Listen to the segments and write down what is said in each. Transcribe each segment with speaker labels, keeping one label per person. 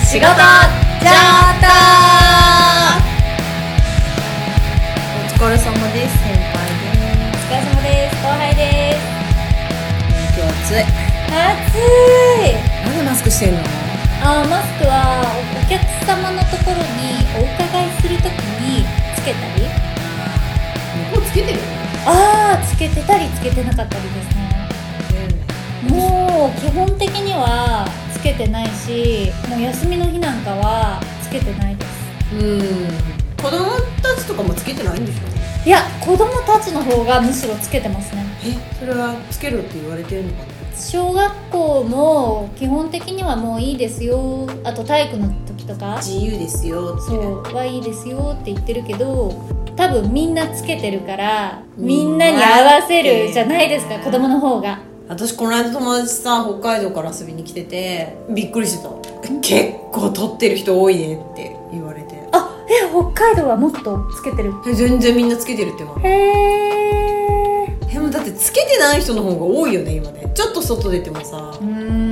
Speaker 1: 仕事じゃあ
Speaker 2: お疲れ様です先輩
Speaker 1: お疲れ様です後輩で
Speaker 2: です今日暑
Speaker 1: す
Speaker 2: い
Speaker 1: 暑い
Speaker 2: なんでマスクしてんの
Speaker 1: あーマスクはお客様のところにお伺いするときにつけたり
Speaker 2: 向こうつけてる
Speaker 1: ああつけてたりつけてなかったりですねもう基本的にはつけてないしもう休みの日なんかはつけてないです
Speaker 2: うん子供たちとかもつけてないんでしょ
Speaker 1: いや子供たちの方がむしろつけてますね
Speaker 2: えそれはつけろって言われてるのかな
Speaker 1: 小学校も基本的にはもういいですよあと体育の時とか
Speaker 2: 自由ですよって
Speaker 1: そうはいいですよって言ってるけど多分みんなつけてるから
Speaker 2: うん
Speaker 1: みんなに合わせるじゃないですか子供の方が
Speaker 2: 私この間友達さ北海道から遊びに来ててびっくりしてた結構撮ってる人多いねって言われて
Speaker 1: あえ北海道はもっとつけてる
Speaker 2: え全然みんなつけてるって言われ
Speaker 1: へえ
Speaker 2: てえもうだってつけてない人の方が多いよね今ねちょっと外出てもさ
Speaker 1: うー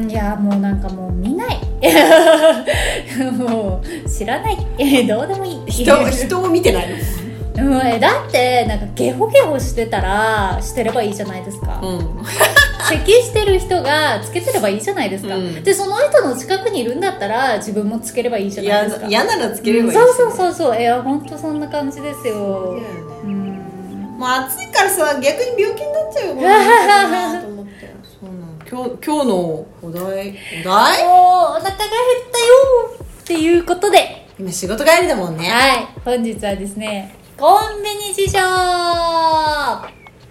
Speaker 1: んいやもうなんかもう見ない もう知らない どうでもいい
Speaker 2: 人 人を見てない
Speaker 1: うん、えだってなんかゲホゲホしてたらしてればいいじゃないですか、
Speaker 2: のうん
Speaker 1: 咳してる人がつけてればいいじゃないですか、
Speaker 2: うん
Speaker 1: でその人の近くにいるんだったら自分もつければいいじゃない
Speaker 2: や
Speaker 1: ですか
Speaker 2: 嫌ならつければいいし
Speaker 1: うんそうそうそうそういや本当そんな感じですよ
Speaker 2: 嫌だよね
Speaker 1: うん
Speaker 2: もう暑いからさ逆に病気になっちゃうよもうなんかな と思ってそうなの今日今日のお題お
Speaker 1: お
Speaker 2: 題
Speaker 1: 腹が減ったよっていうことで
Speaker 2: 今仕事帰りだもんね
Speaker 1: はい本日はですねコンビニ事情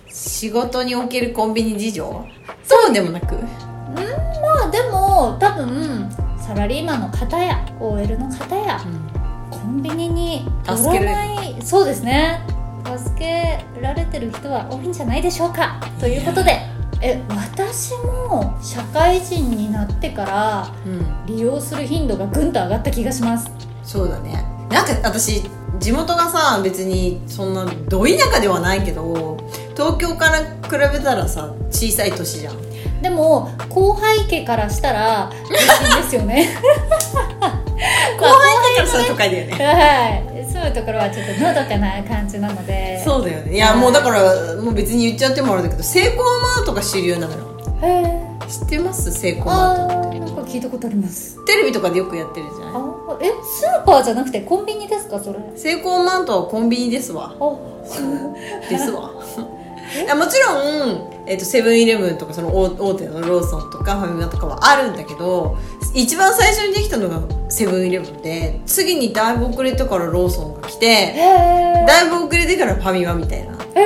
Speaker 2: 仕事におけるコンビニ事情そうでもなく
Speaker 1: うんまあでも多分サラリーマンの方や OL の方やコンビニに
Speaker 2: 助け
Speaker 1: 寄
Speaker 2: ら
Speaker 1: らないそうですね助けられてる人は多いんじゃないでしょうかということでえ私も社会人になってから
Speaker 2: うん
Speaker 1: 利用する頻度がぐんと上がった気がします
Speaker 2: そうだねなんか私地元がさ別にそんなど田舎ではないけど東京から比べたらさ小さい都市じゃん
Speaker 1: でも後輩家からしたら別にですよね
Speaker 2: 後輩だからさ都会だよね
Speaker 1: はいそういうところはちょっとのどかな感じなので
Speaker 2: そうだよねいやもうだからもう別に言っちゃってもあれだけどセイコーマートが主流なのよ
Speaker 1: へえ
Speaker 2: 知ってますセイコーマー
Speaker 1: あーなんか聞いたことあります
Speaker 2: トテレビとかでよくやってるじゃ
Speaker 1: あ
Speaker 2: ない
Speaker 1: ーえスーパーじゃなくてコンビニですかそれ
Speaker 2: セイコーマートはコンビニですわ
Speaker 1: あ
Speaker 2: ですわいやもちろん、えっとセブンイレブンとかその大大手のローソンとかファミマとかはあるんだけど一番最初にできたのがセブンイレブンで次にだいぶ遅れてからローソンが来て
Speaker 1: へ
Speaker 2: だいぶ遅れてからファミマみたいな
Speaker 1: えへ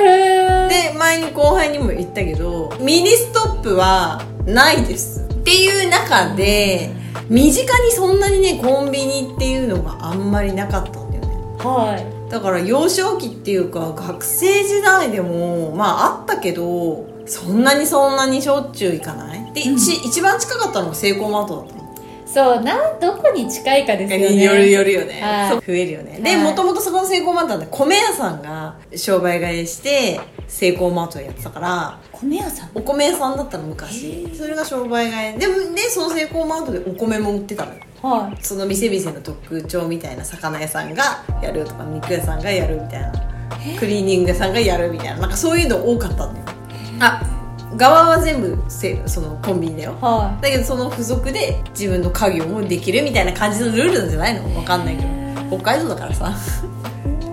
Speaker 1: え
Speaker 2: で前に後輩にも言ったけどミニストップはないですっていう中で身近にそんなにねコンビニっていうのがあんまりなかったんだよね
Speaker 1: は
Speaker 2: だから幼少期っていうか学生時代でもまああったけどそんなにそんなにしょっちゅう行かないで、
Speaker 1: うん
Speaker 2: 一一番近かったのがセイコーマートだったの
Speaker 1: いそうなんどこに近いかですよね
Speaker 2: よるよるよね、
Speaker 1: はい
Speaker 2: そう増えるよね
Speaker 1: はい
Speaker 2: でもともとそこのセイコーマートなんで米屋さんが商売替えしてセイコーマートやってたから
Speaker 1: 米屋さん
Speaker 2: お米屋さんだったの昔それが商売替えでもでそのセイコーマートでお米も売ってたのよ
Speaker 1: はい
Speaker 2: その店々の特徴みたいな魚屋さんがやるとか肉屋さんがやるみたいなクリーニング屋さんがやるみたいななんかそういうの多かったんだよあ側は全部せそのコンビニだよ
Speaker 1: は
Speaker 2: だけどその付属で自分の家業もできるみたいな感じのルールなんじゃないのわかんないけど北海道だからさ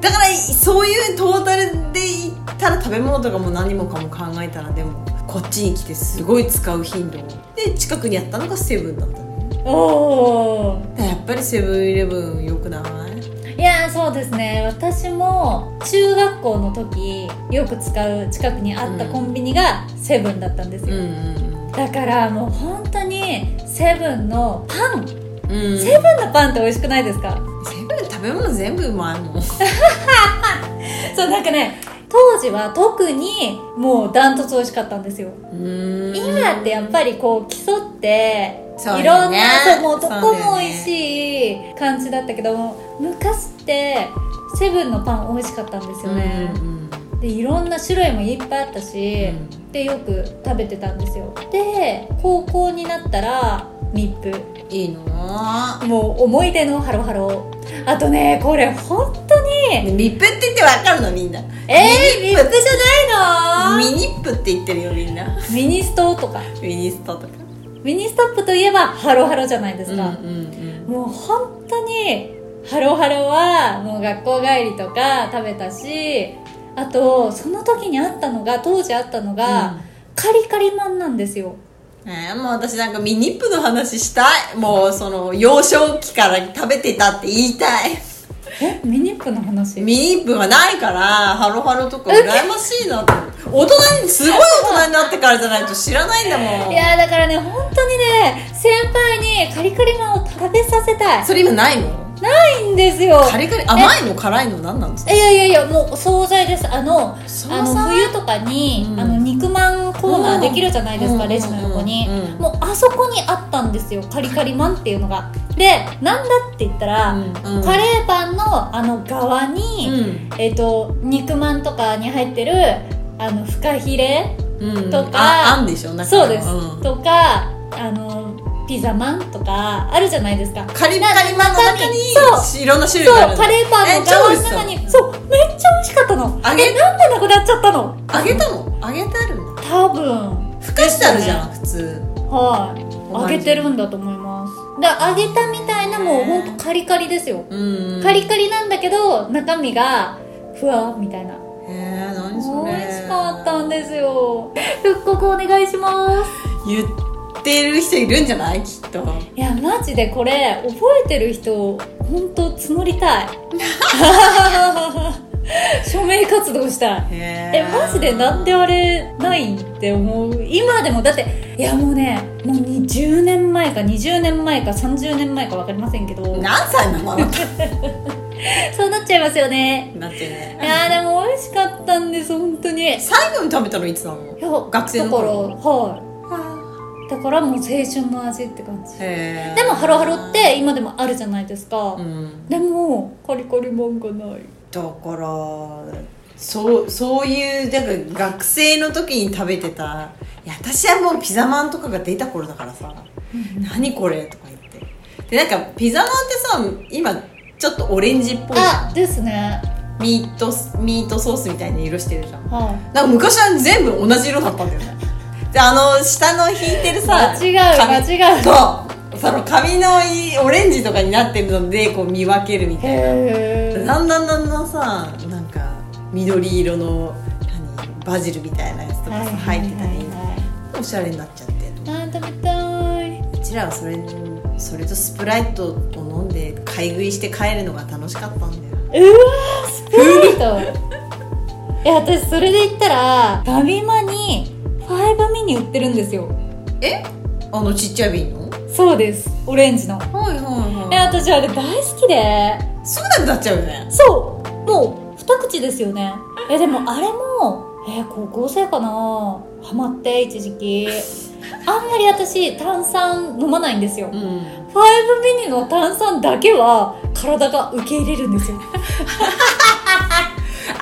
Speaker 2: だからそういうトータルで言ったら食べ物とかも何もかも考えたらでもこっちに来てすごい使う頻度で近くにあったのがセブンだったのね
Speaker 1: いおお
Speaker 2: だからやっぱりセブンイレブン良くない
Speaker 1: いやーそうですね私も中学校の時よく使う近くにあった
Speaker 2: うん
Speaker 1: コンビニがセブンだったんですよ、
Speaker 2: ん
Speaker 1: だからもう本当にセブンのパンセ
Speaker 2: うんセブン
Speaker 1: ブンのパンって美味しくないですか
Speaker 2: セブン食べ物全部うまいもん
Speaker 1: そうなんかね当時は特にもうダントツ美味しかったんですよ今ってやっぱりこう競って
Speaker 2: そうだね
Speaker 1: いろんなそうもうど
Speaker 2: そ
Speaker 1: こ
Speaker 2: うだよ
Speaker 1: も美
Speaker 2: ね
Speaker 1: 味しい感じだったけども昔ってセブンのパン美味しかったんですよね、でいろんな種類もいっぱいあったし、
Speaker 2: うん
Speaker 1: でよく食べてたんですよで高校になったら密封
Speaker 2: いいな
Speaker 1: もう思い出のハロハロあとねこれ本当に
Speaker 2: ミップって言ってわかるのみんな
Speaker 1: えー、密封じゃない
Speaker 2: ミニップって言ってるよみんな
Speaker 1: のミニストとか
Speaker 2: ミニストとか
Speaker 1: ミニストップといえばハロハロじゃないですか、
Speaker 2: うんうん
Speaker 1: もう本当にハロハロはもう学校帰りとか食べたしあとその時にあったのが当時あったのが、
Speaker 2: うん
Speaker 1: カリカリマンなんですよ
Speaker 2: えー、もう私なんかミニップの話したいもうその幼少期から食べてたって言いたい
Speaker 1: えミニップの話
Speaker 2: ミニップがないからハロハロとか羨ましいなって大人にすごい大人になってからじゃないと知らないんだも
Speaker 1: い
Speaker 2: ん
Speaker 1: やーだからね本当にね先輩にカリカリマンを食べさせたい
Speaker 2: それ今ないの
Speaker 1: ないんですよ
Speaker 2: カリカリ甘いの辛いの何なんですか
Speaker 1: いやいやいやもう惣菜ですあの
Speaker 2: 惣菜
Speaker 1: あの冬とかに、
Speaker 2: うん
Speaker 1: あの肉まんコーナーできるじゃないですか、
Speaker 2: うん
Speaker 1: レジの横に、
Speaker 2: うん
Speaker 1: もうあそこにあったんですよカリカリまんっていうのがでなんだって言ったら、
Speaker 2: うんうん
Speaker 1: カレーパンのあの側に、
Speaker 2: うん
Speaker 1: えっ、と肉まんとかに入ってるあのフカヒレ
Speaker 2: うん
Speaker 1: とか
Speaker 2: ああんでしょなんか
Speaker 1: そうです、
Speaker 2: ん
Speaker 1: とかあのピザまんとかあるじゃないですか
Speaker 2: カリカリマンの中
Speaker 1: そ
Speaker 2: にいろんな種類があ
Speaker 1: そ
Speaker 2: る
Speaker 1: うカレーパンの側の中
Speaker 2: え
Speaker 1: にそうめっちゃ美味しかったの
Speaker 2: 揚げ
Speaker 1: えなんでなくなっちゃったの
Speaker 2: 揚げたの揚げてあるんだ
Speaker 1: 多分
Speaker 2: ふかしてあるじゃん普通
Speaker 1: はい揚げてるんだと思いますだ揚げたみたいなもうほんとカリカリですよ、
Speaker 2: うん
Speaker 1: カリカリなんだけど中身がふわみたいな
Speaker 2: へえー、何そ
Speaker 1: 美
Speaker 2: れ
Speaker 1: 味しかったんですよ 復刻お願いします
Speaker 2: 言ってる人いるんじゃないきっと
Speaker 1: いやマジでこれ覚えてる人ほんと募り たい署名活動したい
Speaker 2: へ
Speaker 1: えマジでなんであれないって思う今でもだっていやもうねもう20年前か20年前か30年前か分かりませんけど
Speaker 2: 何歳なのな って
Speaker 1: そうなっちゃいますよねい
Speaker 2: ね
Speaker 1: やーでも美味しかったんです本当にいや
Speaker 2: 最後に食べたのいつなの学生の頃
Speaker 1: だからはいだからもう青春の味って感じ
Speaker 2: へえ
Speaker 1: でもハロハロって今でもあるじゃないですか、
Speaker 2: うん
Speaker 1: でもカリカリマンがない
Speaker 2: だからそうそういうなんか学生の時に食べてたいや私はもうピザマンとかが出た頃だからさ「何これ?」とか言ってでなんかピザマンってさ今ちょっとオレンジっぽい
Speaker 1: あですね
Speaker 2: ミートミートソースみたいな色してるじゃん
Speaker 1: はい
Speaker 2: なんか昔は全部同じ色だったんだよねであの下の引いてる
Speaker 1: 間
Speaker 2: さ
Speaker 1: 違う
Speaker 2: 紙
Speaker 1: 間違う
Speaker 2: そうその髪のいいオレンジとかになってるのでこう見分けるみたいな
Speaker 1: へえ
Speaker 2: だんだんだんだんさなんか緑色の何バジルみたいなやつとかさ入ってたり、おしゃれになっちゃって
Speaker 1: あー食べたいう
Speaker 2: ちらはそれそれとスプライトを飲んで買い食いして帰るのが楽しかったんだよ
Speaker 1: うわースプライトいや私それで言ったらファミマにファイブミニ売ってるんですよ
Speaker 2: えあのちっちゃい瓶のはい
Speaker 1: そうですオレンジの
Speaker 2: はい
Speaker 1: え
Speaker 2: は
Speaker 1: 私あれ大好きで
Speaker 2: すぐなくなっちゃうよね
Speaker 1: そうもう二口ですよねえでもあれもえ高校生かなハマって一時 期あんまり私炭酸飲まないんですよ
Speaker 2: うん
Speaker 1: ファイブミニの炭酸だけは体が受け入れるんですよ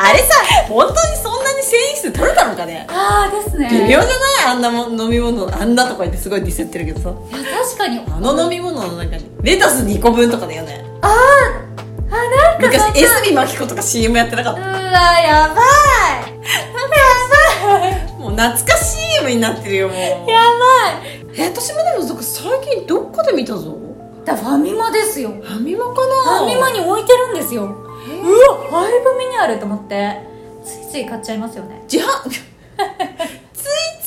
Speaker 2: あれさ、本当にそんなに繊維質取れたのかね
Speaker 1: ああですね
Speaker 2: 微妙じゃないあんなもん飲み物、あんなとか言ってすごいディスってるけどさ。
Speaker 1: いや確かに
Speaker 2: あの飲み物の中に、レタス2個分とかだよね。ああ、あ、なん
Speaker 1: かそんな
Speaker 2: 昔、エスビマキコとか CM やってなかっ
Speaker 1: うわやばい
Speaker 2: た。もう懐かしい CM になってるよ、もう。
Speaker 1: やばい
Speaker 2: え、私もでも、なんか最近どっかで見たぞ。
Speaker 1: だファミマですよフ
Speaker 2: ファミマかな
Speaker 1: ァミマに置いてるんですようわファイブミニあると思ってついつい買っちゃいますよね
Speaker 2: 自販、 つい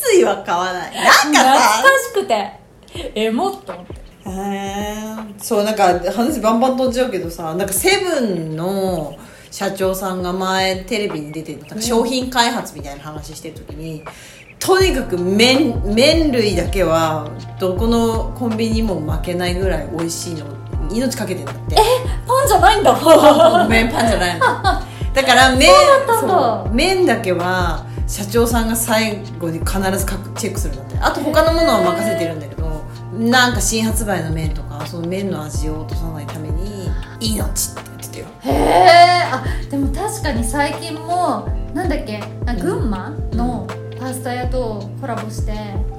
Speaker 2: ついは買わない。なんか
Speaker 1: 懐
Speaker 2: さ
Speaker 1: か、しくてえもっと思って
Speaker 2: へーそうなんか話バンバン飛んじゃうけどさなんかセブンの社長さんが前テレビに出てたなんか商品開発みたいな話してる時にとにかく麺麺類だけはどこのコンビニも負けないぐらい美味しいの命かけてんだって
Speaker 1: パンじゃないんだ
Speaker 2: ごめんパンじゃないのだから麺
Speaker 1: だったんだ
Speaker 2: そう麺だけは社長さんが最後に必ず確チェックするんだってあと他のものは任せてるんだけどなんか新発売の麺とかその麺の味を落とさないために「命」って言ってた よ
Speaker 1: へえあでも確かに最近もなんだっけあ群馬のファパスタ屋とコラボして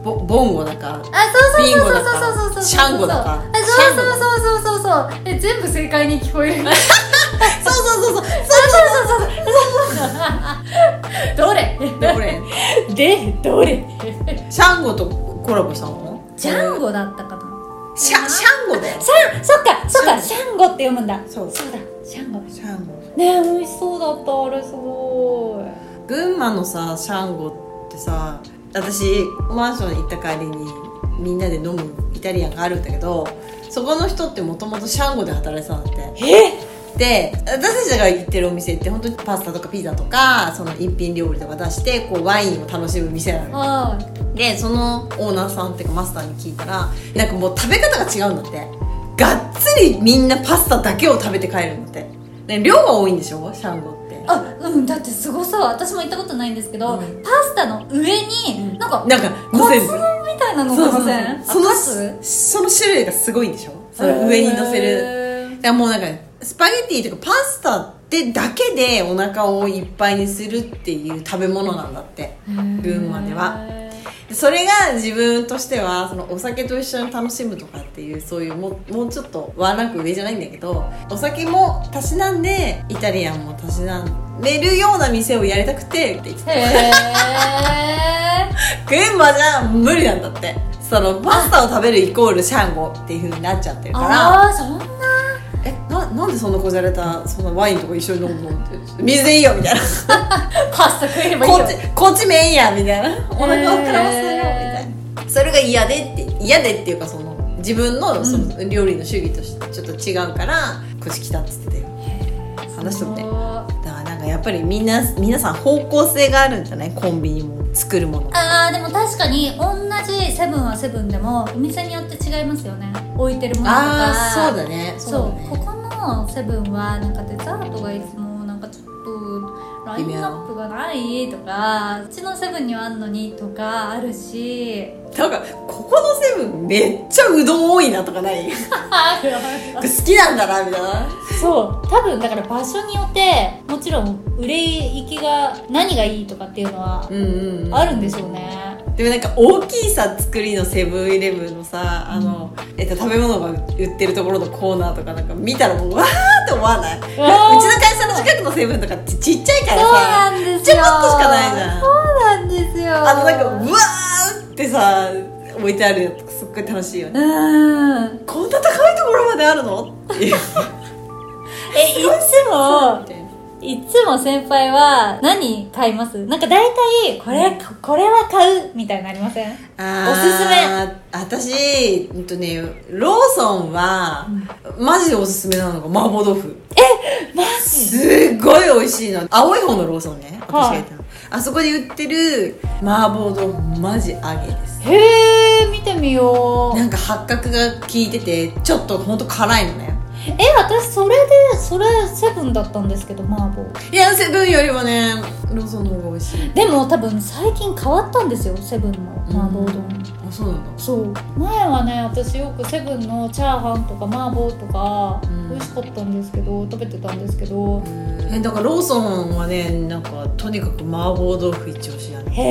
Speaker 2: ボボンゴだか
Speaker 1: あそう
Speaker 2: ビン
Speaker 1: そ
Speaker 2: ゴ
Speaker 1: うそう
Speaker 2: だ
Speaker 1: そうそうそうそうそ
Speaker 2: か
Speaker 1: う
Speaker 2: シャンゴだか
Speaker 1: あそうそうそうそうそうそうえ全部正解に聞こ えるそう
Speaker 2: そうそうそうそう
Speaker 1: そうそうそうどれ
Speaker 2: でこれ
Speaker 1: でどれ
Speaker 2: シャンゴとコラボしたの
Speaker 1: ジャンゴだったかな
Speaker 2: シャシャンゴだよ
Speaker 1: シャンそっかそっか
Speaker 2: シ
Speaker 1: シャンゴって読むんだ
Speaker 2: そう
Speaker 1: そうだシャンゴだ
Speaker 2: シャンゴ
Speaker 1: ねえ美味しそうだったあれすごい
Speaker 2: 群馬のさシャンゴってさ私マンション行った帰りにみんなで飲むイタリアンがあるんだけどそこの人ってもともとシャンゴで働いてたんだって
Speaker 1: え
Speaker 2: で私たちが行ってるお店って本当にパスタとかピザとかその一品料理とか出してこうワインを楽しむ店なの
Speaker 1: は
Speaker 2: でそのオーナーさんっていうかマスターに聞いたらなんかもう食べ方が違うんだってがっつりみんなパスタだけを食べて帰るんだってで量が多いんでしょシャンゴって
Speaker 1: いあうんだってすごそう私も行ったことないんですけど、
Speaker 2: うん
Speaker 1: パスタの上になんか
Speaker 2: なんか
Speaker 1: カ
Speaker 2: せ
Speaker 1: ツ
Speaker 2: る
Speaker 1: 丼みたいなの
Speaker 2: そうそ
Speaker 1: が
Speaker 2: う
Speaker 1: ません
Speaker 2: その
Speaker 1: あカツ
Speaker 2: その種類がすごいんでしょその上に乗せ
Speaker 1: る
Speaker 2: るだからもうなんかスパゲティとかパスタでだけでお腹をいっぱいにするっていう食べ物なんだって群馬ではそれが自分としてはそのお酒と一緒に楽しむとかっていうそういうもうもうちょっとワンランク上じゃないんだけどお酒もたしなんでイタリアンもたしなんでるような店をやりたくてって言ってた
Speaker 1: へえ
Speaker 2: 群馬じゃ無理なんだってそのパスタを食べるイコールシャンゴっていう風になっちゃってるから
Speaker 1: ああそんな
Speaker 2: えななんでそんなこじゃれたそんなワインとか一緒に飲むのって水でいいよみたいな
Speaker 1: パスタ食えればいい
Speaker 2: こ
Speaker 1: よ
Speaker 2: っちこっちメインやみたいなお腹を膨らませようみた
Speaker 1: へ
Speaker 2: いなそれが嫌でって嫌でっていうかその自分のその料理の主義としてちょっと違うから腰きたっつってたよ話しとって
Speaker 1: す
Speaker 2: だ
Speaker 1: ご
Speaker 2: か
Speaker 1: い
Speaker 2: らなんかやっぱりみんな皆さん方向性があるんじゃないコンビニも作るもの
Speaker 1: あーでも確かに同じセブンはセブンでもお店によって違いますよね置いてるものとか
Speaker 2: あーそうだね
Speaker 1: そう
Speaker 2: そうだ
Speaker 1: こ
Speaker 2: ね
Speaker 1: このセブンはなんかデザートがいつもなんかちょっとラインナップがないとかうちのセブンにはあんのにとかあるし
Speaker 2: なんかここのセブンめっちゃうどん多いなとかない好きなんだなみたいな
Speaker 1: そう多分だから場所によってもちろん売れ行きが何がいいとかっていうのは
Speaker 2: うんうん、うん、
Speaker 1: あるんでしょうね、
Speaker 2: でもなんか大きいさ作りのセブンイレブンのさあの、えっと、食べ物が売ってるところのコーナーとかなんか見たらもうわーって思わないううち
Speaker 1: わ
Speaker 2: の
Speaker 1: ー
Speaker 2: 会社の近くのセブンとかちちっちゃいから
Speaker 1: そう
Speaker 2: さ
Speaker 1: なんですよ
Speaker 2: ちょこっとしかないじゃん
Speaker 1: そうなんですよ
Speaker 2: あのなんかうわーってさ置いてあるやつすっごい楽しいよね
Speaker 1: うん
Speaker 2: こんな高いところまであるのって いう
Speaker 1: えいつも
Speaker 2: う
Speaker 1: いつも先輩は何買いますなんか大体これこれは買うみたいなのありませんおすすめ
Speaker 2: 私、うんとね、ローソンは、マジでおすすめなのが麻婆豆腐
Speaker 1: マ
Speaker 2: すっごい美味しいの青い方のローソンね私が
Speaker 1: はい
Speaker 2: 言ったの、あそこで売ってる麻婆豆腐マジ揚げです
Speaker 1: へえ見てみよう
Speaker 2: なんか八角が効いててちょっとほんと辛いのね
Speaker 1: え私それでそれセブンだったんですけど麻婆
Speaker 2: いやセブンよりもねローソンの方が美味しい
Speaker 1: でも多分最近変わったんですよセブンの麻婆丼、
Speaker 2: あそうなんだ
Speaker 1: そう前はね私よくセブンのチャーハンとか麻婆とか
Speaker 2: うん
Speaker 1: 美味しかったんですけど食べてたんですけど
Speaker 2: えだからローソンはねなんかとにかく麻婆豆腐一押しやね
Speaker 1: へ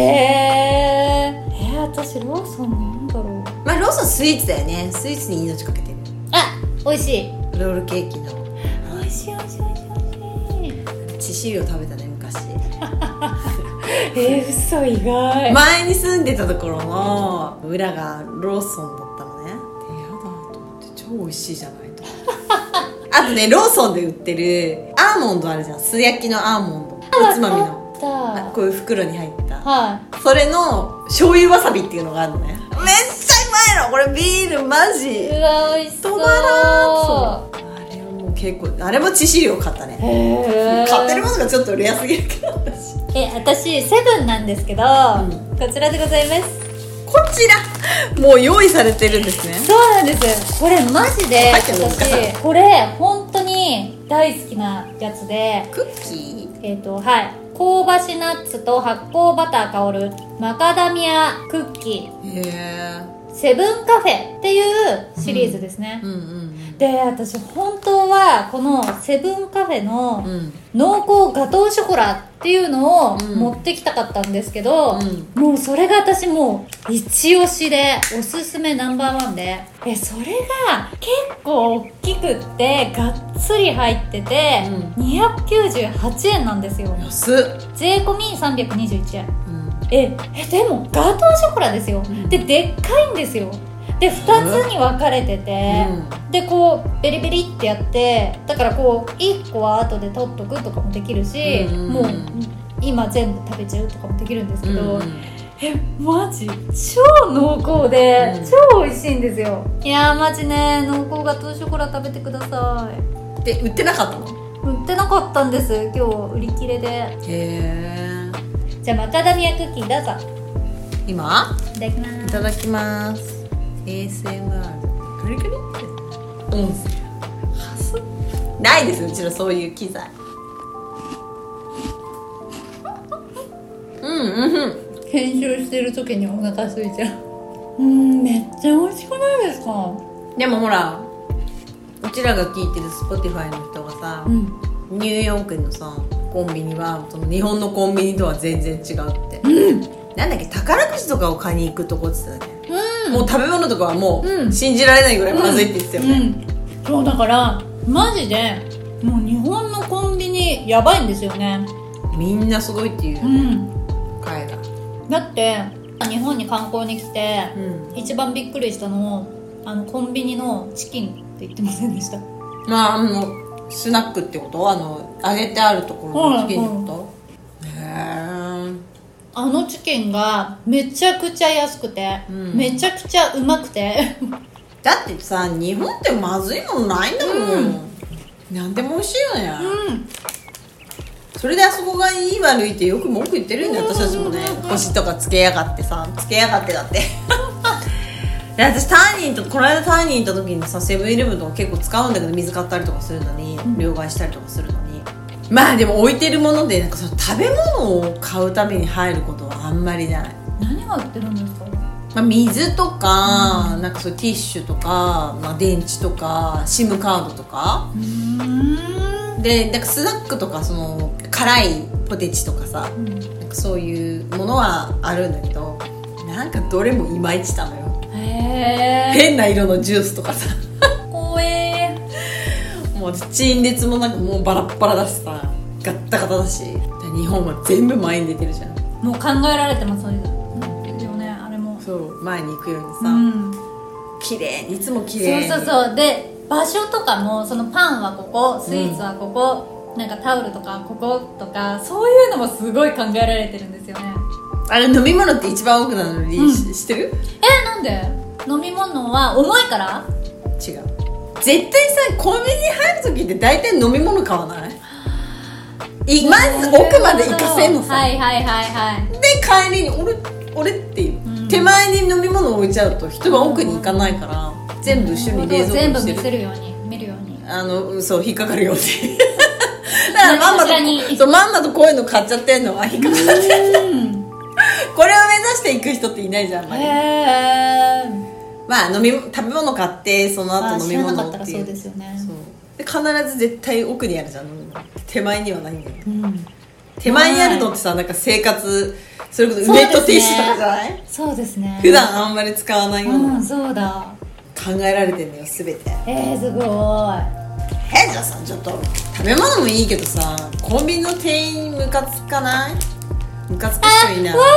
Speaker 1: ええ私ローソンなんだろう
Speaker 2: まあローソンスイーツだよねスイーツに命かけてる
Speaker 1: あ美味しい
Speaker 2: ロールケーキの
Speaker 1: 美味しい美味しい美味しい
Speaker 2: 致死量食べたね昔
Speaker 1: えー、嘘意外、
Speaker 2: 前に住んでたところの裏がローソンだったのねでやだと思って超美味しいじゃないと思って あとねローソンで売ってるアーモンドあるじゃん素焼きのアーモンドおつまみの
Speaker 1: だ
Speaker 2: あこういう袋に入った
Speaker 1: は
Speaker 2: それの醤油わさびっていうのがあるのねめっちゃうまいのこれビールマ
Speaker 1: い
Speaker 2: ジ
Speaker 1: うわ美味しそう
Speaker 2: 止まらんそうあれはもう結構あれも致死量買ったね
Speaker 1: へー
Speaker 2: 買ってるものがちょっとレアすぎるけど私
Speaker 1: え私セブンなんですけど、
Speaker 2: ん
Speaker 1: こちらでございます
Speaker 2: こちらもう用意されてるんですね
Speaker 1: そうなんですこれマジで
Speaker 2: 入ってんの
Speaker 1: 私これ本当に大好きなやつで
Speaker 2: クッキー
Speaker 1: えっ、とはい香ばしナッツと発酵バター香るマカダミアクッキー
Speaker 2: へえ
Speaker 1: セブンカフェっていうシリーズですね、
Speaker 2: うんうん
Speaker 1: で私本当はこのセブンカフェの
Speaker 2: うん
Speaker 1: 濃厚ガトーショコラっていうのを
Speaker 2: うん
Speaker 1: 持ってきたかったんですけど、
Speaker 2: う
Speaker 1: もうそれが私もう一押しでおすすめナンバーワンででそれが結構大きくってがっつり入ってて、298円なんですよ
Speaker 2: 安っ、
Speaker 1: 税込み321円
Speaker 2: うん、
Speaker 1: ええでもガトーショコラですよ
Speaker 2: ん
Speaker 1: ででっかいんですよで2つに分かれてて、でこうベリベリってやってだからこう1個は後で取っとくとかもできるし、
Speaker 2: うん
Speaker 1: もう今全部食べちゃうとかもできるんですけど、
Speaker 2: うん
Speaker 1: えマジ超濃厚で、
Speaker 2: うん
Speaker 1: 超美味しいんですよいやーマジね濃厚ガトーショコラ食べてください
Speaker 2: で売ってなかったの
Speaker 1: 売ってなかったんです今日売り切れで
Speaker 2: へえ
Speaker 1: じゃあマカダミアクッキーどうぞ
Speaker 2: 今
Speaker 1: いただきます
Speaker 2: いただきます ASMR カリカリって音声はすないですうちらそういう機材うんうんうん
Speaker 1: 研修してる時にお腹空いちゃううんめっちゃ美味しくないですか
Speaker 2: でもほらうちらが聞いてる Spotify の人がさ、
Speaker 1: うん
Speaker 2: ニューヨークのさコンビニはその日本のコンビニとは全然違うって、なんだっけ宝くじとかを買いに行くとこって言ってたね、もう食べ物とかはも
Speaker 1: う
Speaker 2: うん信じられないぐらいまずいって言ってたよね、
Speaker 1: うん、そうだからマジでもう日本のコンビニやばいんですよね
Speaker 2: みんなすごいっていうう、
Speaker 1: ん
Speaker 2: 海外
Speaker 1: だって日本に観光に来て
Speaker 2: うん
Speaker 1: 一番びっくりしたのあのコンビニのチキンって言ってませんでした
Speaker 2: まああのスナックってことあの揚げてあるところのチキンってこと、へ
Speaker 1: あのチキンがめちゃくちゃ安くて、
Speaker 2: うん
Speaker 1: めちゃくちゃうまくて
Speaker 2: えだってさ日本ってまずいものないんだもん、なんでも美味しいよね、
Speaker 1: うん
Speaker 2: それであそこがいい悪いってよく文句言ってるんだよ私たちもね腰とかつけやがってさつけやがってだって で私ターニンとこの間ターニン行った時にさセブンイレブンとか結構使うんだけど水買ったりとかするのに両替したりとかするのに、まあでも置いてるものでなんかその食べ物を買うために入ることはあんまりない、
Speaker 1: 何が売ってるんですか
Speaker 2: まあ、水とか,、なんかそういうティッシュとか、まあ、電池とか SIM カードとか
Speaker 1: うーん
Speaker 2: でなんかスナックとかその辛いポテチとかさ、なんかそういうものはあるんだけどなんかどれもいまいちなのよ
Speaker 1: へえ
Speaker 2: 変な色のジュースとかさ
Speaker 1: 光栄
Speaker 2: もう陳列もなんかもうバラッバラだしさガッタガタだし日本は全部前に出てるじゃん
Speaker 1: もう考えられてますよねあれも
Speaker 2: そう前に行くように
Speaker 1: う
Speaker 2: さ、
Speaker 1: ん
Speaker 2: 綺麗にいつも綺麗に
Speaker 1: そうそう
Speaker 2: う
Speaker 1: そうで場所とかもそのパンはここスイーツはここ、なんかタオルとかこことかそういうのもすごい考えられてるんですよね
Speaker 2: あれ飲み物って一番多くなるのに、
Speaker 1: うん
Speaker 2: ししてる
Speaker 1: えなんで飲み物は重いから
Speaker 2: 違う絶対さコンビニ入る時って大体飲み物買わないいまず奥まで行かせんのさ、
Speaker 1: はいはいはいはい
Speaker 2: で帰りに俺俺っていう、
Speaker 1: うん
Speaker 2: 手前に飲み物置いちゃうと人は奥に行かないから、全部一緒に冷蔵庫
Speaker 1: 全
Speaker 2: に
Speaker 1: 部
Speaker 2: して
Speaker 1: 見
Speaker 2: る
Speaker 1: せるように見るように
Speaker 2: あのそう引っかかるよ うにだからまんま
Speaker 1: 何かしらに
Speaker 2: とそうまんまとこういうの買っちゃってんのは引っかか
Speaker 1: う
Speaker 2: る
Speaker 1: ん
Speaker 2: これを目指していく人っていないじゃんあんまり
Speaker 1: へえ
Speaker 2: まあ飲み食べ物買ってその後飲
Speaker 1: 知
Speaker 2: み
Speaker 1: らな
Speaker 2: 物
Speaker 1: か
Speaker 2: を
Speaker 1: った
Speaker 2: っ
Speaker 1: ら
Speaker 2: て
Speaker 1: そ
Speaker 2: いうう
Speaker 1: ですよね
Speaker 2: そうで必ず絶対奥にあるじゃん飲み物手前にはないんだよ
Speaker 1: うん
Speaker 2: 手前にあるのってさなんか生活それこそウェットティッシュとかじゃない、
Speaker 1: そうですね
Speaker 2: 普段あんまり使わないもの、
Speaker 1: うんそうだ
Speaker 2: 考えられてんだよ全て
Speaker 1: えー、すごい
Speaker 2: えじゃあさちょっと食べ物もいいけどさコンビニの店員ムカつかないムカつく人いない
Speaker 1: わか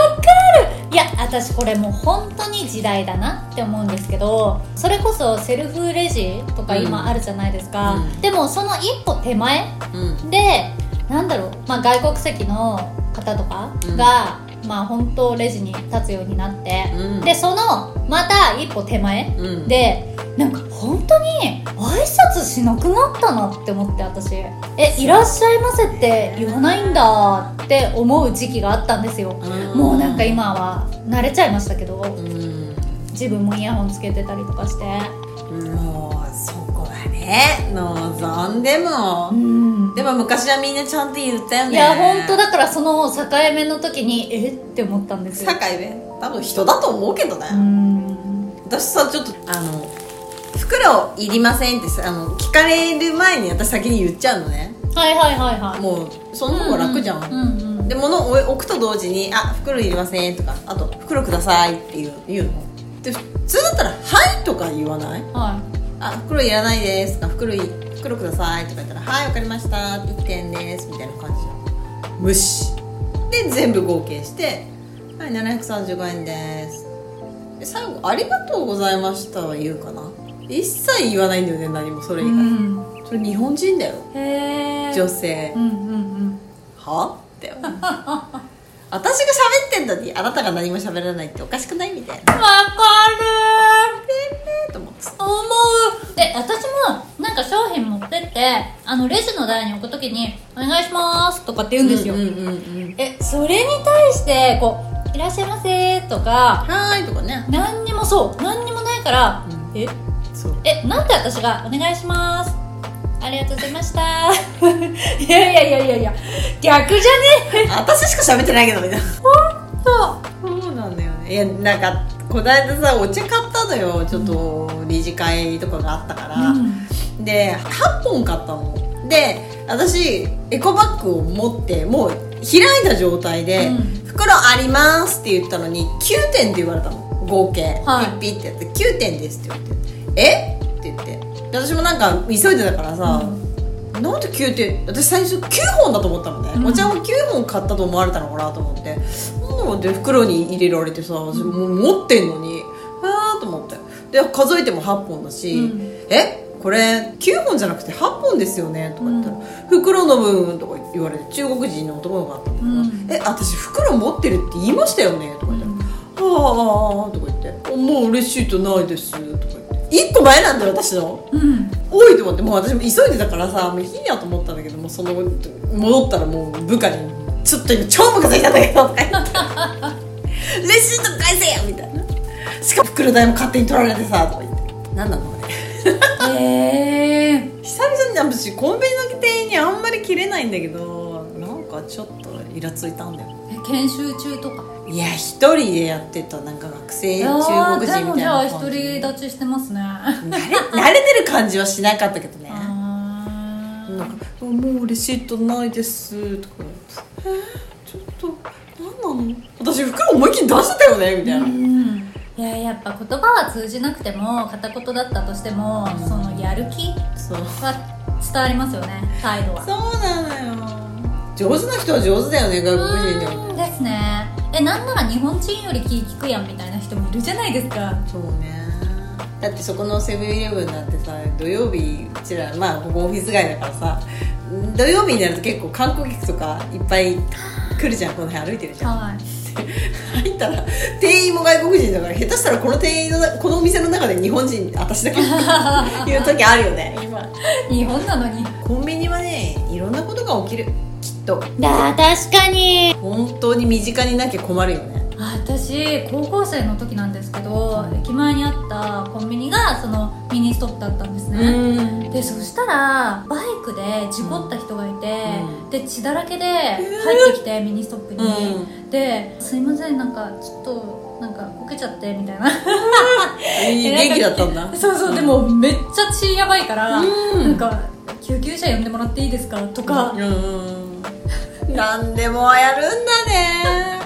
Speaker 1: るいや私これもう本当に時代だなって思うんですけどそれこそセルフレジとか
Speaker 2: うん
Speaker 1: 今あるじゃないですか、
Speaker 2: うん
Speaker 1: でもその一歩手前
Speaker 2: うん
Speaker 1: でなんだろう、まあ、外国籍の方とかが、まあ本当レジに立つようになって、
Speaker 2: うん
Speaker 1: でそのまた一歩手前
Speaker 2: うん
Speaker 1: でなんか本当に挨拶しなくなったなって思って私えいらっしゃいませって言わないんだって思う時期があったんですよ、もうなんか今は慣れちゃいましたけど
Speaker 2: うん
Speaker 1: 自分もイヤホンつけてたりとかして
Speaker 2: もうそこはね望んでも
Speaker 1: うん
Speaker 2: でも昔はみんなちゃんと言ったよね
Speaker 1: いや本当だからその境目の時にえって思ったんですよ
Speaker 2: 境目多分人だと思うけどね、
Speaker 1: うん
Speaker 2: 私さちょっとあの袋いりませんってさあの聞かれる前に私先に言っちゃうのね
Speaker 1: はいはいはいはい
Speaker 2: もうその方が楽じゃん、
Speaker 1: うんうん、うん
Speaker 2: で物を置くと同時に「あ袋いりません」とか「あと袋ください」っていう言うので普通だったら「はい」とか言わない
Speaker 1: は
Speaker 2: あ袋いらないですとか袋い袋くださいとか言ったら「はいわかりました1点です」みたいな感じじゃん無視で全部合計して「はい735円です」で最後「ありがとうございました」は言うかな一切言わないんだよね何もそれ
Speaker 1: い、
Speaker 2: 以
Speaker 1: う
Speaker 2: 外、
Speaker 1: ん、
Speaker 2: それ日本人だよ
Speaker 1: へえ
Speaker 2: 女性
Speaker 1: うんうん
Speaker 2: はって 私が喋ってんのにあなたが何も喋らないっておかしくないみたいな
Speaker 1: うんわかる
Speaker 2: えーと思って
Speaker 1: 思うえ私もなんか商品持ってってあのレジの台に置くときに「お願いします」とかって言うんですよ、
Speaker 2: うんうんうん
Speaker 1: えそれに対してこう「いらっしゃいませ」とか
Speaker 2: はーいとかね
Speaker 1: 何にもそう何にもないから、
Speaker 2: う
Speaker 1: え
Speaker 2: そう
Speaker 1: えなんで私が「お願いします」ありがとうございました。 いやいやいやいやいや、逆じゃねえ
Speaker 2: 私しか喋ってないけどみたいな
Speaker 1: と。
Speaker 2: そうなんだよねいやなんかこないださお茶買ったのよちょっと理事会とかがあったから、
Speaker 1: うん
Speaker 2: で8本買ったので私エコバッグを持ってもう開いた状態で
Speaker 1: う
Speaker 2: 「
Speaker 1: ん
Speaker 2: 袋あります」って言ったのに9点って言われたの合計、
Speaker 1: はい
Speaker 2: ピッピッてやって「9点です」って言われて「えっ?」て言ってで私もなんか急いでたからさ、なんで9点私最初9本だと思ったのね、
Speaker 1: うん
Speaker 2: お茶を9本買ったと思われたのかなと思ってなんで袋に入れられてさ私もう持ってんのにあーと思ってで数えても8本だし、
Speaker 1: うん
Speaker 2: えこれ9本じゃなくて8本ですよねとか言ったら、
Speaker 1: う
Speaker 2: 袋の分とか言われて中国人の男の子があったんだけど、
Speaker 1: うん
Speaker 2: え私袋持ってるって言いましたよねとか言ったら、
Speaker 1: うん
Speaker 2: あーあーあーとか言ってあもうレシートないですとか言って1個前なんだよ私の。
Speaker 1: うん。
Speaker 2: 多いと思ってもう私も急いでたからさもういいやと思ったんだけどもうその後戻ったらもう部下に「ちょっと今超ムカついたんだけど」とか 言って「レシート返せよ!」みたいなしかも袋代も勝手に取られてさとか言って何なのこれ
Speaker 1: ええー。
Speaker 2: 久々に私コンビニの店員にあんまり切れないんだけどなんかちょっとイラついたんだよ
Speaker 1: え研修中とか。
Speaker 2: いや一人でやってたなんか学生中
Speaker 1: あー
Speaker 2: 国人
Speaker 1: で
Speaker 2: みたいな
Speaker 1: もじゃあ一
Speaker 2: 感じ
Speaker 1: 人立ちしてますね。
Speaker 2: 慣れ 慣れてる感じはしなかったけどね
Speaker 1: あー
Speaker 2: なんか「もうレシートないです」とか言って「えちょっと何なの私袋思いっきり出してたよね」みたいな、
Speaker 1: うんいややっぱ言葉は通じなくても片言だったとしてもそのやる気
Speaker 2: そう
Speaker 1: は伝わりますよね態度は
Speaker 2: そうなのよ上手な人は上手だよね外国人でも
Speaker 1: うーんですねえなんなら日本人より気利くやんみたいな人もいるじゃないですか
Speaker 2: そうねだってそこのセブンイレブンなんてさ土曜日うちらまあここオフィス街だからさ土曜日になると結構観光客とかいっぱい来るじゃんこの辺歩いてるじゃん
Speaker 1: はい
Speaker 2: 入ったら店員も外国人だから下手したらこの店員のこのお店の中で日本人私だけいう時あるよね 今
Speaker 1: 日本なのに
Speaker 2: コンビニはねいろんなことが起きるきっと
Speaker 1: だ確かに
Speaker 2: 本当に身近になきゃ困るよね
Speaker 1: 私高校生の時なんですけど駅前にあったコンビニがそのミニストップだったんですね、
Speaker 2: ん
Speaker 1: でそしたらバイクで事故った人がいて、
Speaker 2: うん
Speaker 1: で血だらけで入ってきて、ミニストップに、
Speaker 2: う
Speaker 1: で「すいませんなんかちょっとなんかこけちゃって」みたいな
Speaker 2: いい元気だったんだ
Speaker 1: そうそうでもめっちゃ血やばいから、
Speaker 2: う
Speaker 1: なん
Speaker 2: ん
Speaker 1: か救急車呼んでもらっていいですかとか、
Speaker 2: うん 何でもやるんだね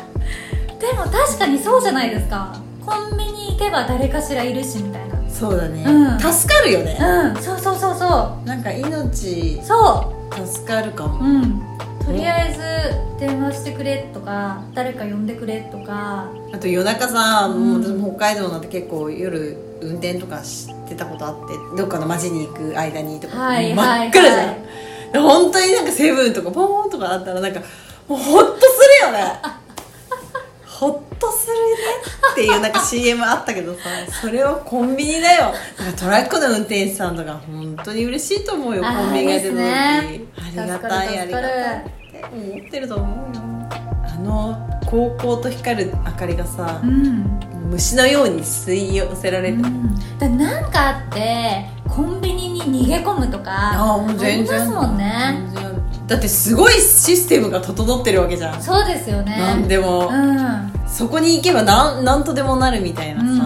Speaker 1: でも確かにそうじゃないですかコンビニ行けば誰かしらいるしみたいな
Speaker 2: そうだね、
Speaker 1: うん
Speaker 2: 助かるよね、
Speaker 1: うんそうそうそうそう
Speaker 2: なんか命
Speaker 1: そう
Speaker 2: 助かるかも、
Speaker 1: うんとりあえず電話してくれとか誰か呼んでくれとか
Speaker 2: あと夜中さ、もう
Speaker 1: うん
Speaker 2: 私も北海道なんて結構夜運転とかしてたことあってどっかの街に行く間にとか、
Speaker 1: はい
Speaker 2: もう
Speaker 1: はい
Speaker 2: 真っ暗じゃん、本当になんかセブンとかボーンとかあったらなんかもうホッとす るよねホッとするねっていうなんか CM あったけどさそれはコンビニだよなんかトラックの運転手さんとか本当に嬉しいと思うよコンビニが出るのに
Speaker 1: あ
Speaker 2: あ,、
Speaker 1: ーいいです
Speaker 2: り
Speaker 1: ね
Speaker 2: がたいあり
Speaker 1: 助
Speaker 2: が
Speaker 1: かる
Speaker 2: たいって思ってると思うよあの高校と光る明かりがさ、
Speaker 1: うん、
Speaker 2: 虫のように吸い寄せら
Speaker 1: う
Speaker 2: れて、
Speaker 1: ん、だなんかあってコンビニに逃げ込むとか
Speaker 2: あも
Speaker 1: ありますもんね
Speaker 2: 全然だってすごいシステムが整ってるわけじゃん、
Speaker 1: そうですよね
Speaker 2: なんでも、
Speaker 1: うん
Speaker 2: そこに行けばなんなんとでもなるみたいな
Speaker 1: うんうん
Speaker 2: さ、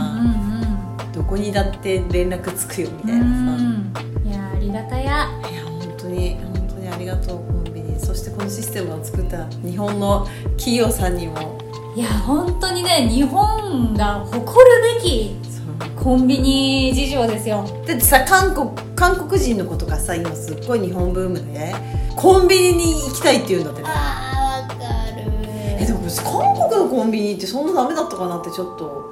Speaker 1: うん
Speaker 2: どどこにだって連絡つくよみ
Speaker 1: う
Speaker 2: たいなさ
Speaker 1: んいやありがたや
Speaker 2: いや本当に本当にありがとうコンビニそしてこのシステムを作った日本の企業さんにも
Speaker 1: いや本当にね日本が誇るべき
Speaker 2: そう
Speaker 1: コンビニ事情ですよ
Speaker 2: だってさ韓国韓国人の子とかさ今すっごい日本ブームでコンビニに行きたいって言うんだってね
Speaker 1: あーわかる
Speaker 2: えでも私韓国のコンビニってそんなダメだったかなってちょっと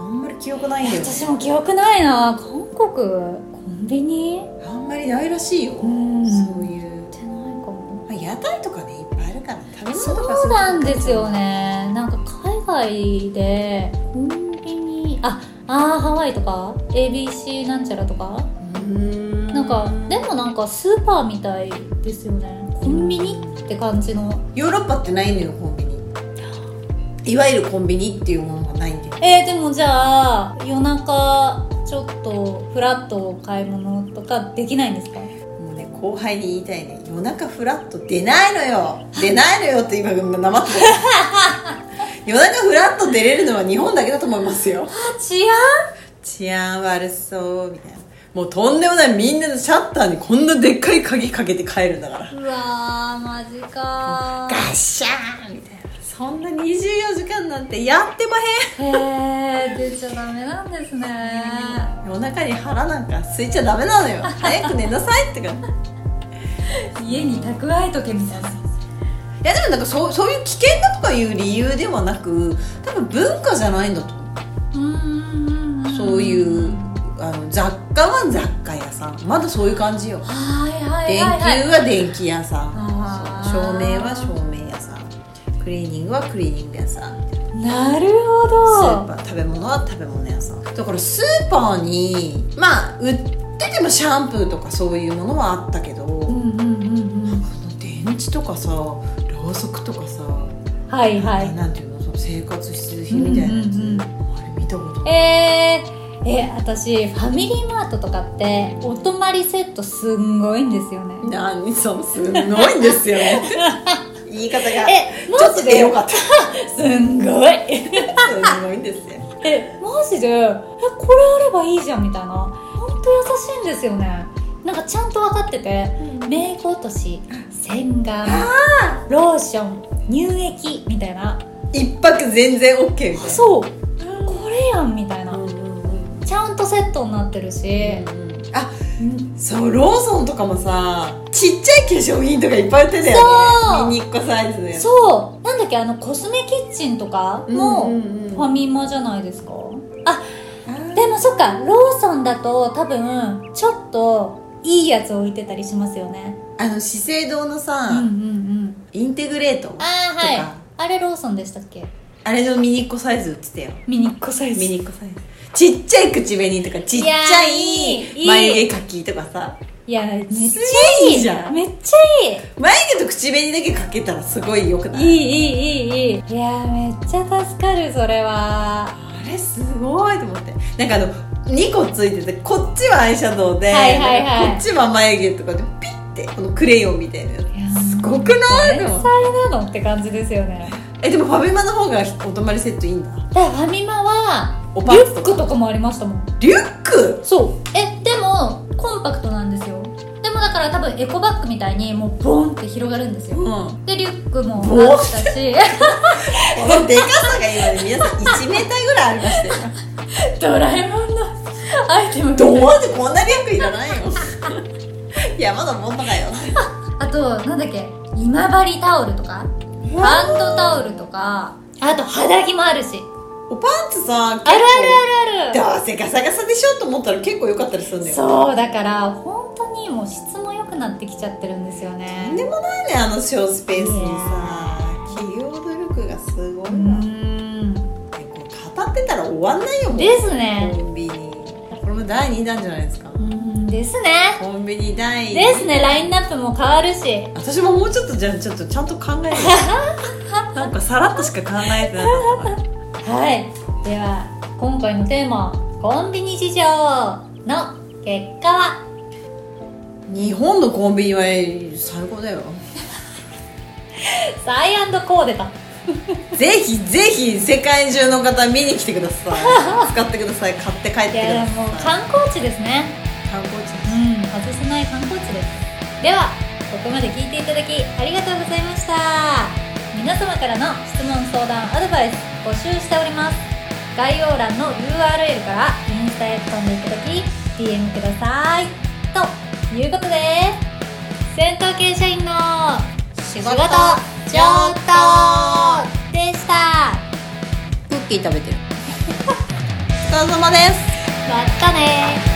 Speaker 2: あんまり記憶ないんだよね
Speaker 1: 私も記憶ないな韓国コンビニっ
Speaker 2: あんまりないらしいよ
Speaker 1: うん
Speaker 2: そういう、
Speaker 1: てないかも
Speaker 2: まあ、屋台とかねいっぱいあるから食べ物とか
Speaker 1: そうなんですよねなんか海外でコンビニああーハワイとか ABC なんちゃらとか
Speaker 2: うん
Speaker 1: なんかでもなんかスーパーみたいですよねコンビニって感じの
Speaker 2: ヨーロッパってないのよコンビニいわゆるコンビニっていうものがないんだよ
Speaker 1: えー、でもじゃあ夜中ちょっとフラッとお買い物とかできないんですか
Speaker 2: もうね後輩に言いたいね夜中フラッと出ないのよ出ないのよって今なまってた夜中フラッと出れるのは日本だけだと思いますよ
Speaker 1: 治安
Speaker 2: 治安悪そうみたいなもうとんでもないみんなのシャッターにこんなでっかい鍵かけて帰るんだから
Speaker 1: うわーマジか
Speaker 2: ッシャーンみたいなそんな24時間なんてやってま
Speaker 1: ーへえ出ちゃダメなんですね
Speaker 2: へん夜中に腹なんか空いちゃダメなのよ早く寝なさいってかい
Speaker 1: 家に蓄えとけみたいな
Speaker 2: やでもなんかそうそういう危険だとかいう理由ではなく多分文化じゃないんだと思
Speaker 1: うん
Speaker 2: うそういうあの雑貨は雑貨屋さんまだそういう感じよ
Speaker 1: はいはい
Speaker 2: 電球
Speaker 1: はい、はい、
Speaker 2: は電気屋さん
Speaker 1: あー
Speaker 2: そう照明は照明屋さんクリーニングはクリーニング屋さん
Speaker 1: なるほ
Speaker 2: スー
Speaker 1: ど
Speaker 2: パー食べ物は食べ物屋さんだからスーパーにまあ売っててもシャンプーとかそういうものはあったけど、
Speaker 1: う
Speaker 2: こ
Speaker 1: んうんうんうん
Speaker 2: の電池とかさろうそくとかさ、
Speaker 1: はいはい
Speaker 2: なんていうのその生活必需品みたいなやつ、
Speaker 1: うんうんうん
Speaker 2: あれ見たことない
Speaker 1: えー、え私ファミリーマートとかってお泊まりセットすんごいんですよね
Speaker 2: 何そのすごいんですよ ね言い方が
Speaker 1: え
Speaker 2: ちょっ
Speaker 1: マジ
Speaker 2: と
Speaker 1: で
Speaker 2: でよかった
Speaker 1: すんごい
Speaker 2: すごいんですよ
Speaker 1: えマジでえこれあればいいじゃんみたいなほんと優しいんですよねなんかちゃんと分かっててメイク落とし洗顔ローション乳液みたいな
Speaker 2: 一泊全然 OK みたいな
Speaker 1: そうこれやんみたいな
Speaker 2: うんうんうん
Speaker 1: ちゃんとセットになってるし、
Speaker 2: あ
Speaker 1: うん
Speaker 2: そうローソンとかもさちっちゃい化粧品とかいっぱい売ってたよ
Speaker 1: そう
Speaker 2: ねミニ1個サイズのやつ
Speaker 1: そうなんだっけあのコスメキッチンとかも
Speaker 2: うん
Speaker 1: フ
Speaker 2: うんうん
Speaker 1: ァミマじゃないですか、あ
Speaker 2: で
Speaker 1: でもそっかローソンだと多分ちょっといいやつ置いてたりしますよね
Speaker 2: あの資生堂のさ、
Speaker 1: うんうんうん
Speaker 2: インテグレート
Speaker 1: ああはい
Speaker 2: とか
Speaker 1: あれローソンでしたっけ
Speaker 2: あれのミニ1個サイズ売ってたよ
Speaker 1: ミニっ子サイズ
Speaker 2: ミニ1個サイズちっちゃい口紅とかちっち
Speaker 1: い
Speaker 2: ゃ
Speaker 1: やーいい
Speaker 2: い眉毛描きとかさ
Speaker 1: いやめっちゃ
Speaker 2: すご
Speaker 1: い
Speaker 2: い
Speaker 1: い
Speaker 2: じゃん
Speaker 1: めっちゃ
Speaker 2: 眉毛と口紅だけ描けたらすごいよくない
Speaker 1: いいいいいいいいいいやめっちゃ助かるそれは
Speaker 2: あれすごいと思ってなんかあの2個ついててこっちはアイシャドウで、
Speaker 1: はいはいはい
Speaker 2: なんかこっちは眉毛とかでピッてこのクレヨンみたいなやつ
Speaker 1: いや
Speaker 2: すごくない
Speaker 1: 天
Speaker 2: で
Speaker 1: 才
Speaker 2: も
Speaker 1: なのって感じですよね
Speaker 2: えでもファミマの方がお泊まりセットいいんだ
Speaker 1: だからファミマは
Speaker 2: おパ
Speaker 1: リ
Speaker 2: ン
Speaker 1: ュ
Speaker 2: ツ
Speaker 1: ッ
Speaker 2: と
Speaker 1: ク
Speaker 2: か
Speaker 1: とかもありましたもん
Speaker 2: リュック
Speaker 1: そうえでもコンパクトなんですよでもだから多分エコバッグみたいにもうボンって広がるんですよ
Speaker 2: うんこ
Speaker 1: でリュックも
Speaker 2: ボン
Speaker 1: あったし
Speaker 2: のでかさが今ね皆さん1メーターぐらいありましたよ
Speaker 1: ドラえもんのアイテムみたい
Speaker 2: どう
Speaker 1: な
Speaker 2: ってこんなリュックいらないよ 山だもんだかよ
Speaker 1: あとなんだっけ今治タオルとかハンドタオルとかあと肌着もあるし
Speaker 2: おパンツさ結構
Speaker 1: あるあるあるあ
Speaker 2: どうせガサガサでしょと思ったら結構良かったりするんだ
Speaker 1: る
Speaker 2: よ
Speaker 1: そうだから本当にもう質も良くなってきちゃってるんですよね
Speaker 2: なんでもないねあの小スペースに
Speaker 1: いや
Speaker 2: さ企業努力がすごいうわ、
Speaker 1: ーん
Speaker 2: これ語ってたら終わんないよもう
Speaker 1: ですね
Speaker 2: コンビニこれも第2弾じゃないですか
Speaker 1: うーんですね
Speaker 2: コンビニ第2弾
Speaker 1: ですねラインナップも変わるし
Speaker 2: 私ももうちょっとじゃあちょっとちゃんと考えて なんかさらっとしか考えてなかったか
Speaker 1: はい、では今回のテーマ「コンビニ事情」の結果は
Speaker 2: ら日本のコンビニは最高だよ
Speaker 1: サイアンドコーデだ
Speaker 2: ぜひぜひ世界中の方見に来てください使ってください買って帰ってく
Speaker 1: いや
Speaker 2: だ
Speaker 1: でもう
Speaker 2: さい
Speaker 1: 観光地ですね
Speaker 2: 観光地
Speaker 1: うん外せない観光地ですではここまで聞いていただきありがとうございました皆様からの質問相談アドバイス募集しております概要欄の URL からインスタへ飛んでいただき DM くださいということで戦闘系社員の仕事上等でした
Speaker 2: クッキー食べてるお疲れ様です
Speaker 1: またね